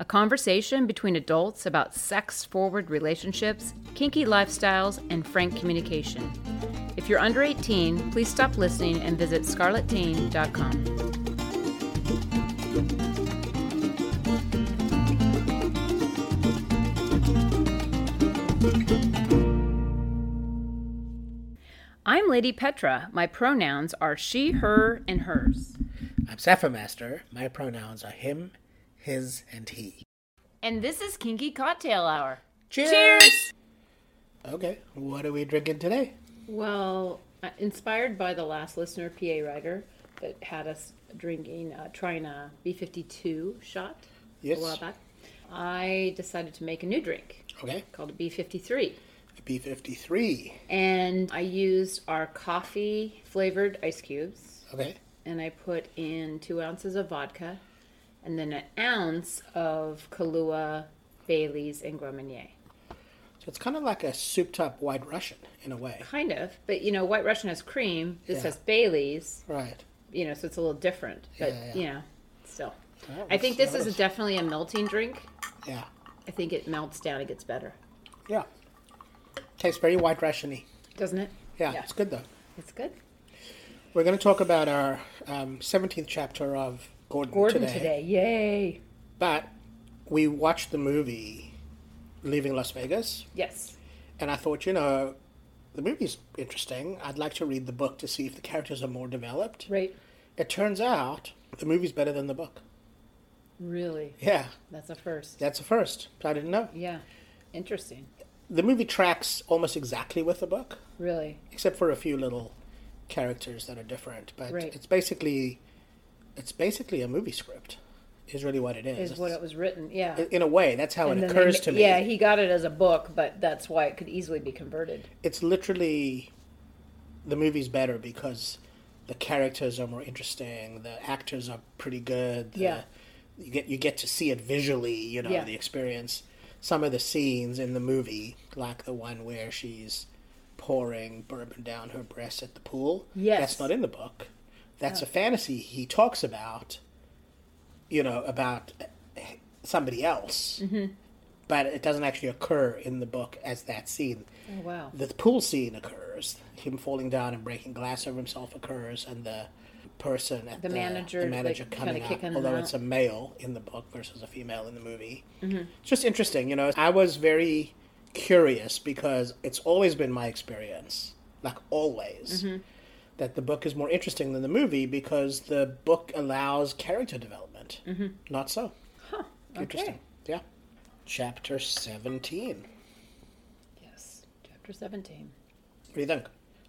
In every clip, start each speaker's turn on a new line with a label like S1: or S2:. S1: a conversation between adults about sex forward relationships, kinky lifestyles, and frank communication. If you're under 18, please stop listening and visit scarletteen.com. I'm Lady Petra. My pronouns are she, her, and hers.
S2: I'm Sapphire Master. My pronouns are him, his, and he.
S1: And this is Kinky Cocktail Hour.
S2: Cheers!
S1: Cheers!
S2: Okay, what are we drinking today?
S1: Well, uh, inspired by the last listener, PA Writer, that had us drinking, uh, trying a B52 shot
S2: Yes.
S1: a while back, I decided to make a new drink
S2: Okay,
S1: called a B53.
S2: B53.
S1: And I used our coffee flavored ice cubes,
S2: Okay,
S1: and I put in two ounces of vodka, and then an ounce of Kahlua, Bailey's, and Gros Marnier.
S2: so it's kind of like a souped up white Russian in a way.
S1: Kind of, but you know, White Russian has cream. This
S2: Yeah.
S1: has Bailey's,
S2: Right.
S1: you know, so it's a little different. But
S2: Yeah, yeah.
S1: you know, still,
S2: That
S1: I think
S2: was-
S1: this
S2: that
S1: is
S2: was-
S1: definitely a melting drink.
S2: Yeah,
S1: I think it melts down; it gets better,
S2: yeah. Tastes very white Russian y.
S1: doesn't it?
S2: Yeah, it's good though.
S1: It's good.
S2: We're going to talk about our um, 17th chapter of Gordon,
S1: Gordon
S2: today,
S1: today, yay!
S2: But we watched the movie Leaving Las Vegas.
S1: Yes,
S2: And I thought, you know, the movie's interesting. I'd like to read the book to see if the characters are more developed.
S1: right.
S2: It turns out the movie's better than the book.
S1: Really,
S2: Yeah,
S1: that's a first.
S2: that's a first. I didn't know.
S1: Yeah, interesting.
S2: The movie tracks almost exactly with the book,
S1: Really,
S2: except for a few little characters that are different. But
S1: Right.
S2: it's basically it's basically a movie script, is really what it is.
S1: is what it was written. Yeah.
S2: In- in a way, that's how
S1: And
S2: it
S1: then
S2: occurs
S1: they-
S2: to me.
S1: Yeah, he got it as a book, but that's why it could easily be converted.
S2: it's literally the movie's better because the characters are more interesting the actors are pretty good the,
S1: Yeah.
S2: you get you get to see it visually you know
S1: Yeah.
S2: the experience some of the scenes in the movie like the one where she's pouring bourbon down her breast at the pool
S1: Yes.
S2: that's not in the book that's a fantasy he talks about you know about somebody else
S1: Mm-hmm.
S2: but it doesn't actually occur in the book as that scene
S1: Oh wow.
S2: the pool scene occurs. Him falling down and breaking glass over himself occurs, and the person at
S1: The
S2: the,
S1: manager,
S2: the manager
S1: like, kinda
S2: coming out,
S1: kicking him
S2: although
S1: out. Mm-hmm.
S2: it's a male in the book versus a female in the movie. It's just interesting, you know. I was very curious because it's always been my experience, like always,
S1: Mm-hmm.
S2: that the book is more interesting than the movie because the book allows character development.
S1: Mm-hmm.
S2: Not so. Interesting. Yeah. Chapter 17.
S1: Yes. Chapter seventeen.
S2: What do you think?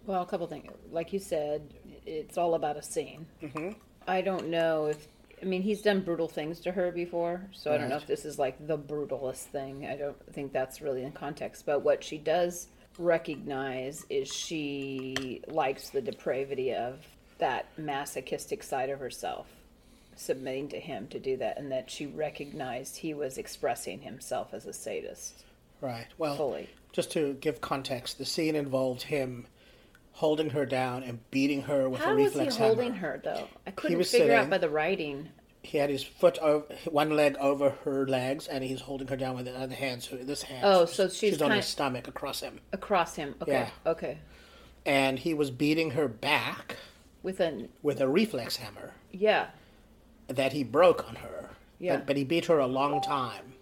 S1: Well, a couple things. Like you said, it's all about a scene. Mm-hmm. I don't know if. I mean, he's done brutal things to her before, so I don't know
S2: Right.
S1: if this is like the brutalest thing. I don't think that's really in context. But what she does recognize is she likes the depravity of that masochistic side of herself, submitting to him to do that, and that she recognized he was expressing himself as a sadist.
S2: Right. Well,
S1: Fully.
S2: just to give context, the scene involved him holding her down and beating her with
S1: How
S2: a
S1: was
S2: reflex
S1: he
S2: hammer.
S1: holding her though? I couldn't
S2: was
S1: figure out
S2: sitting-
S1: by the writing.
S2: He had his foot over one leg over her legs, and he's holding her down with the other hand. So this hand.
S1: Oh, so she's
S2: on
S1: kind-
S2: his stomach across him,
S1: Across him. Okay.
S2: Yeah.
S1: Okay.
S2: and he was beating her back
S1: With an
S2: with a reflex hammer
S1: yeah.
S2: that he broke on her.
S1: Yeah.
S2: But, but he beat her a long time,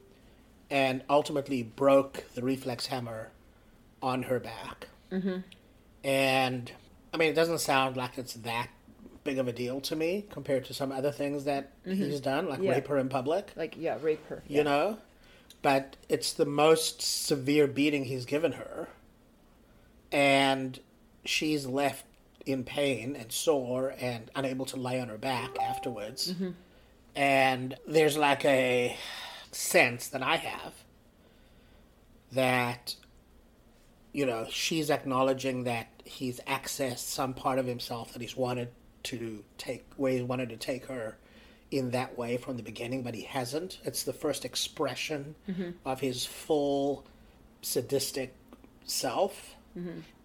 S2: and ultimately broke the reflex hammer on her back. Mm-hmm. And I mean, it doesn't sound like it's that big of a deal to me compared to some other things that he's done, like rape her in public,
S1: Like, yeah, rape her.
S2: you know? But it's the most severe beating he's given her. And she's left in pain and sore and unable to lay on her back afterwards. And there's like a sense that I have that you know, she's acknowledging that he's accessed some part of himself that he's wanted to take, where he wanted to take her in that way from the beginning, but he hasn't. It's the first expression of his full sadistic self.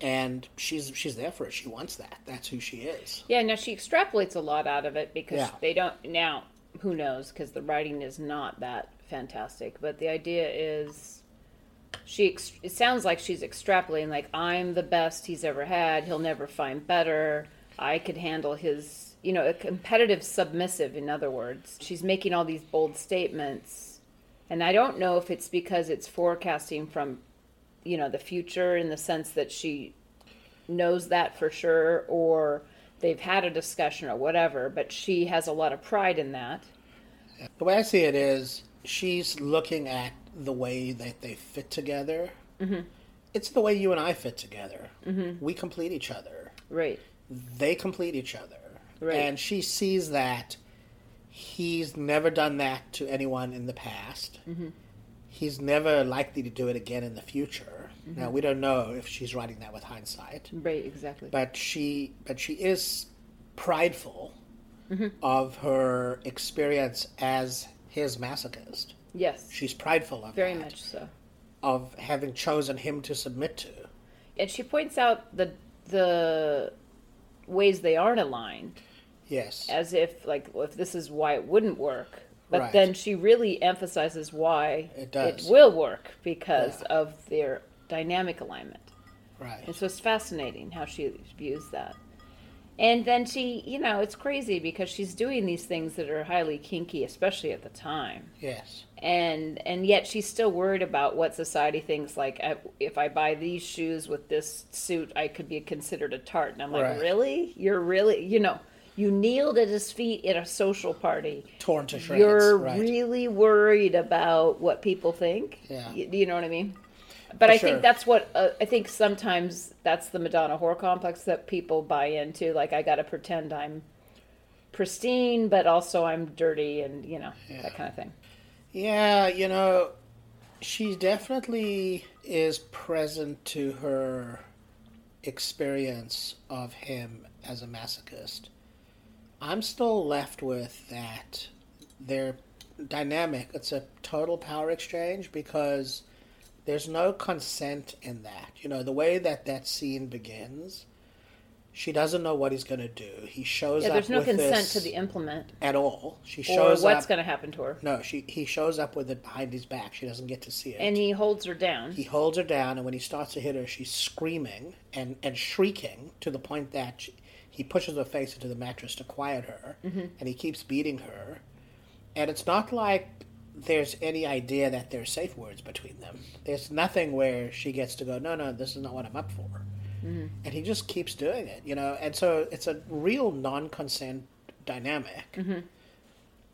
S2: And she's she's there for it. She wants that. That's who she is.
S1: Yeah, now she extrapolates a lot out of it because
S2: Yeah.
S1: they don't. Now, who knows? Because the writing is not that fantastic. But the idea is, she. Ex- it sounds like she's extrapolating. Like I'm the best he's ever had. He'll never find better. I could handle his. You know, a competitive submissive. In other words, she's making all these bold statements, and I don't know if it's because it's forecasting from, you know, the future in the sense that she knows that for sure or they've had a discussion or whatever but she has a lot of pride in that
S2: The way I see it is, she's looking at the way that they fit together. Mm-hmm. It's the way you and I fit together. Mm-hmm. We complete each other.
S1: right
S2: they complete each other.
S1: Right.
S2: And she sees that he's never done that to anyone in the past.
S1: Mm-hmm.
S2: He's never likely to do it again in the future.
S1: Mm-hmm.
S2: Now we don't know if she's writing that with hindsight,
S1: right exactly
S2: but she but she is prideful
S1: Mm-hmm.
S2: of her experience as his masochist.
S1: yes
S2: She's prideful of
S1: very
S2: that,
S1: much so
S2: of having chosen him to submit to.
S1: and she points out the the ways they aren't aligned
S2: Yes.
S1: as if like well, if this is why it wouldn't work but
S2: Right.
S1: then she really emphasizes why
S2: It does.
S1: will work because of their dynamic alignment
S2: right.
S1: And so it's fascinating how she views that. And then she, you know, it's crazy because she's doing these things that are highly kinky, especially at the time.
S2: Yes.
S1: And and yet she's still worried about what society thinks. Like, I- if I buy these shoes with this suit, I could be considered a tart. And I'm like,
S2: Right.
S1: really? You're really, you know, you kneeled at his feet at a social party.
S2: Torn to shreds.
S1: You're
S2: right.
S1: really worried about what people think.
S2: Yeah.
S1: Y- do you know what I mean? But I
S2: sure.
S1: think that's what uh, I think. Sometimes that's the Madonna whore complex that people buy into. Like I got to pretend I'm pristine, but also I'm dirty, and you know that kind of thing.
S2: Yeah, you know, she definitely is present to her experience of him as a masochist. I'm still left with that their dynamic. It's a total power exchange because there's no consent in that. You know, the way that that scene begins, she doesn't know what he's going to do. He shows
S1: Yeah,
S2: up
S1: there's no
S2: with
S1: consent
S2: this
S1: to the implement
S2: at all. She
S1: or
S2: shows
S1: what's
S2: up
S1: going to happen to her.
S2: no, she he shows up with it behind his back. She doesn't get to see it.
S1: And he holds her down.
S2: he holds her down, and when he starts to hit her, she's screaming and, and shrieking to the point that she, he pushes her face into the mattress to quiet her,
S1: Mm-hmm.
S2: and he keeps beating her. And it's not like there's any idea that there's safe words between them. There's nothing where she gets to go, no, no, this is not what I'm up for.
S1: Mm-hmm.
S2: And he just keeps doing it, you know. And so it's a real non-consent dynamic.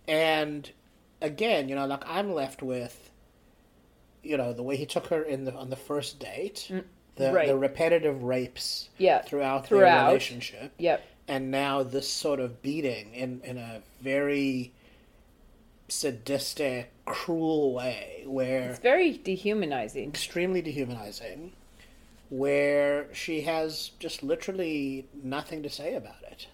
S2: And again, you know, like I'm left with, you know, the way he took her in the on the first date, the,
S1: Mm, right.
S2: the repetitive rapes
S1: Yeah,
S2: throughout, their
S1: throughout.
S2: relationship,
S1: Yep.
S2: and now this sort of beating in in a very sadistic, cruel way, where
S1: It's very dehumanizing.
S2: extremely dehumanizing, where she has just literally nothing to say about it,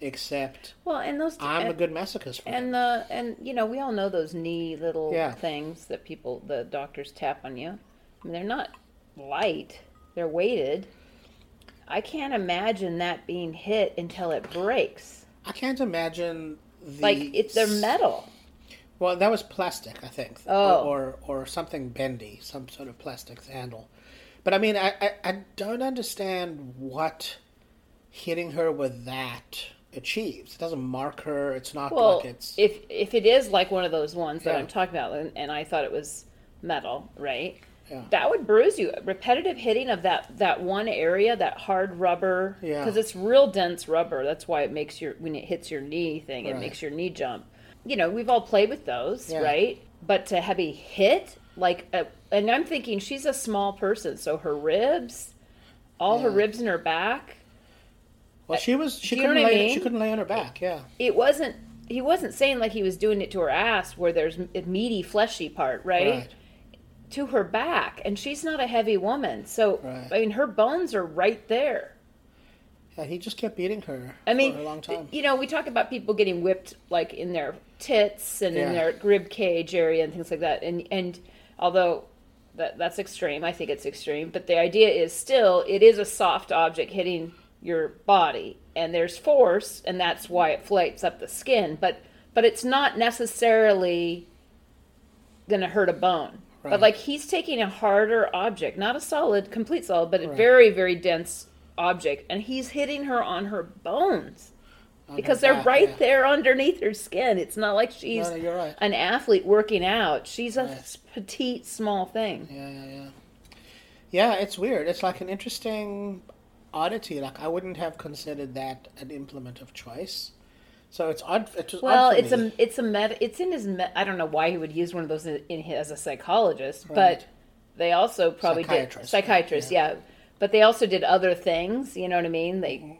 S2: except
S1: Well, and those
S2: I'm a
S1: and-
S2: good masochist for him.
S1: And the and you know we all know those knee little
S2: Yeah.
S1: things that people the doctors tap on you. I mean, they're not light; they're weighted. I can't imagine that being hit until it breaks.
S2: I can't imagine the
S1: Like it's they're metal.
S2: Well, that was plastic, I think,
S1: Oh.
S2: or, or or something bendy, some sort of plastic handle. But I mean, I, I I don't understand what hitting her with that achieves. It doesn't mark her. It's not
S1: Well,
S2: like it's
S1: if if it is like one of those ones that
S2: Yeah.
S1: I'm talking about, and, and I thought it was metal, right?
S2: Yeah.
S1: that would bruise you. Repetitive hitting of that that one area, that hard rubber,
S2: Yeah.
S1: because it's real dense rubber. That's why it makes your when it hits your knee thing, it
S2: Right.
S1: makes your knee jump. You know, we've all played with those,
S2: Yeah.
S1: right? But to have a hit like, a, and I'm thinking she's a small person, so her ribs, all her
S2: Yeah.
S1: ribs in her back.
S2: Well, she was she
S1: Do you know
S2: couldn't
S1: what I
S2: lay
S1: mean?
S2: she couldn't lay on her back. Yeah.
S1: It wasn't. He wasn't saying like he was doing it to her ass, where there's a meaty, fleshy part,
S2: Right.
S1: to her back and she's not a heavy woman so
S2: Right.
S1: i mean her bones are right there
S2: Yeah. He just kept beating her.
S1: i mean
S2: for a long time.
S1: you know we talk about people getting whipped like in their tits and in
S2: Yeah.
S1: their rib cage area and things like that and and although that that's extreme i think it's extreme but the idea is still it is a soft object hitting your body and there's force and that's why it flakes up the skin but but it's not necessarily gonna hurt a bone. But
S2: Right.
S1: like he's taking a harder object, not a solid, complete solid, but a very, very dense object, and he's hitting her on her bones
S2: On her
S1: because they're
S2: back,
S1: right
S2: yeah.
S1: there underneath her skin. It's not like she's
S2: No, no, you're right.
S1: an athlete working out. She's a
S2: Right.
S1: s- petite, small thing.
S2: Yeah, yeah, yeah. Yeah, it's weird. It's like an interesting oddity. Like I wouldn't have considered that an implement of choice. So it's odd. It was
S1: Well,
S2: odd for
S1: it's
S2: me.
S1: a it's a med, it's in his med, I don't know why he would use one of those in, in his, as a psychologist,
S2: Right.
S1: but they also probably did
S2: Psychiatrist, right,
S1: psychiatrist, yeah. But they also did other things, you know what I mean? They
S2: Mm-hmm.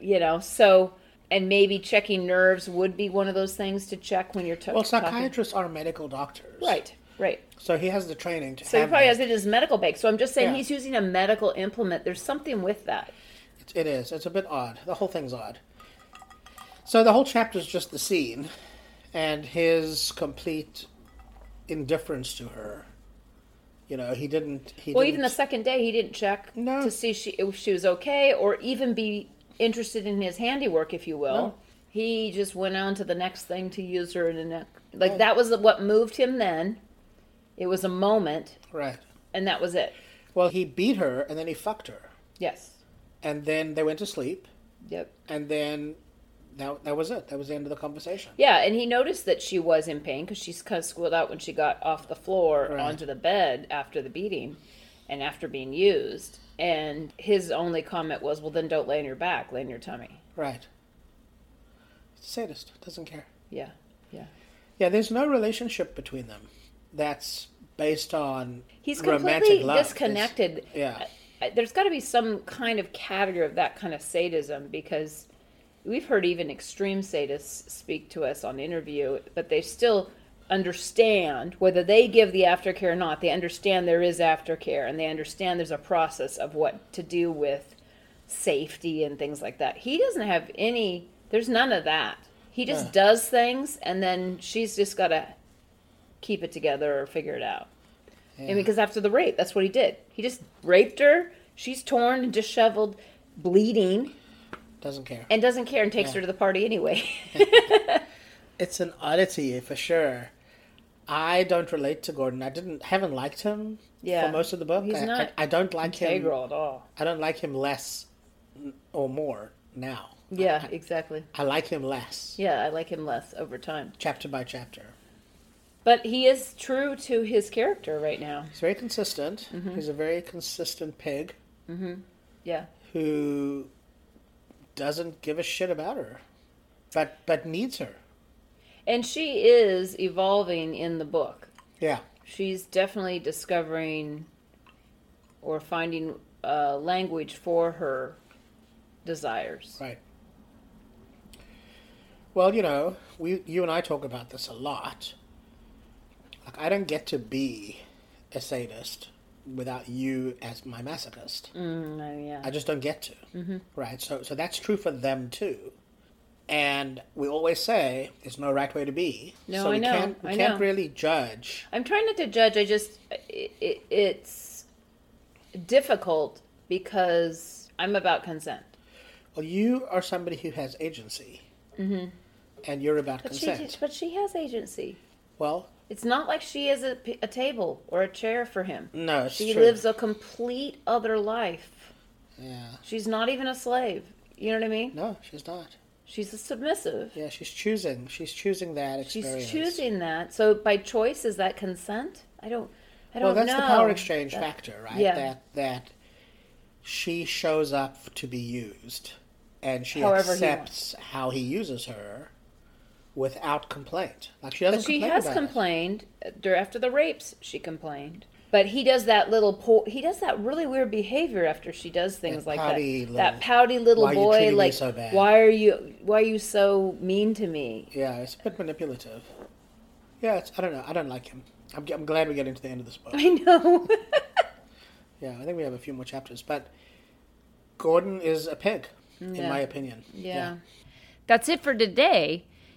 S1: you know, so and maybe checking nerves would be one of those things to check when you're t-
S2: well,
S1: talking-
S2: psychiatrists are medical doctors,
S1: Right. Right.
S2: So he has the training to.
S1: So he
S2: have
S1: probably
S2: that.
S1: has it in his medical bag. So I'm just saying
S2: Yeah.
S1: he's using a medical implement. There's something with that.
S2: It- It is. It's a bit odd. The whole thing's odd. So the whole chapter is just the scene and his complete indifference to her. You know, he didn't. He
S1: Well,
S2: didn't,
S1: even the second day, he didn't check
S2: No.
S1: to see she, if she was okay or even be interested in his handiwork, if you will.
S2: No.
S1: He just went on to the next thing to use her in the next. Like, that was what moved him then. It was a moment,
S2: right.
S1: and that was it.
S2: Well, he beat her and then he fucked her,
S1: Yes.
S2: and then they went to sleep,
S1: Yep.
S2: and then that that was it. That was the end of the conversation.
S1: Yeah, and he noticed that she was in pain because she's kind of squealed out when she got off the floor
S2: Right.
S1: onto the bed after the beating and after being used. And his only comment was, well, then don't lay on your back, lay on your tummy.
S2: Right. He's a sadist. Doesn't care.
S1: Yeah. Yeah.
S2: Yeah, there's no relationship between them. That's based on
S1: He's
S2: romantic
S1: completely
S2: love. It's-
S1: disconnected.
S2: yeah.
S1: I- I- There's got to be some kind of category of that kind of sadism because we've heard even extreme sadists speak to us on interview, but they still understand whether they give the aftercare or not. They understand there is aftercare and they understand there's a process of what to do with safety and things like that. He doesn't have any, there's none of that. He just
S2: Yeah.
S1: does things and then she's just got to keep it together or figure it out. I mean,
S2: Yeah.
S1: because after the rape, that's what he did. He just raped her. She's torn and disheveled, bleeding,
S2: doesn't care.
S1: and doesn't care and takes her to the party anyway.
S2: It's an oddity for sure. I don't relate to Gordon. I didn't haven't liked him
S1: Yeah.
S2: for most of the book.
S1: He's
S2: I,
S1: not
S2: I, I don't like him.
S1: Integral at all.
S2: I don't like him less or more now.
S1: Yeah, exactly.
S2: I like him less
S1: Yeah, I like him less over time.
S2: chapter by chapter.
S1: But he is true to his character right now.
S2: He's very consistent.
S1: Mm-hmm.
S2: He's a very consistent pig
S1: Yeah.
S2: who doesn't give a shit about her, but but needs her.
S1: And she is evolving in the book.
S2: Yeah,
S1: She's definitely discovering or finding uh, language for her desires.
S2: right. Well, you know, we you and I talk about this a lot. Like I don't get to be a sadist without you as my masochist.
S1: Mm, Mm-hmm. oh, yeah.
S2: I just don't get to. Right. So so that's true for them too. And we always say there's no right way to be.
S1: No,
S2: so
S1: I
S2: we
S1: know,
S2: can't we
S1: I
S2: can't
S1: know.
S2: really judge.
S1: I'm trying not to judge. I just it, it, it's difficult because I'm about consent.
S2: Well, you are somebody who has agency. Mm-hmm. And you're about
S1: But she
S2: consent.
S1: but she has agency.
S2: Well,
S1: It's not like she is a, p- a table or a chair for him.
S2: no, it's
S1: She
S2: true.
S1: lives a complete other life.
S2: Yeah.
S1: She's not even a slave. You know what I mean?
S2: No, she's not.
S1: She's a submissive.
S2: Yeah, she's choosing. She's choosing that
S1: She's
S2: experience.
S1: choosing that. So by choice is that consent? I don't
S3: I
S2: well,
S3: don't
S2: that's
S3: know.
S2: the power exchange factor, right?
S3: yeah.
S2: That that she shows up to be used, and she
S3: However he
S2: accepts how he uses her without complaint. Like she doesn't.
S3: But she
S2: complain
S3: has
S2: about it.
S3: complained uh, dur- after the rapes. She complained, but he does that little po- he does that really weird behavior after she does things
S2: That
S3: like
S2: pouty
S3: that. that
S2: little,
S3: pouty little
S2: "Why are you
S3: boy,
S2: treating me
S3: like
S2: so bad?"
S3: why are you why are you so mean to me?
S2: Yeah, it's a bit manipulative. Yeah, it's, I don't know. I don't like him. I'm, I'm glad we're getting to the end of this book.
S3: I know.
S2: Yeah, I think we have a few more chapters, but Gordon is a pig, in
S3: Yeah.
S2: my opinion.
S3: yeah.
S1: That's it for today.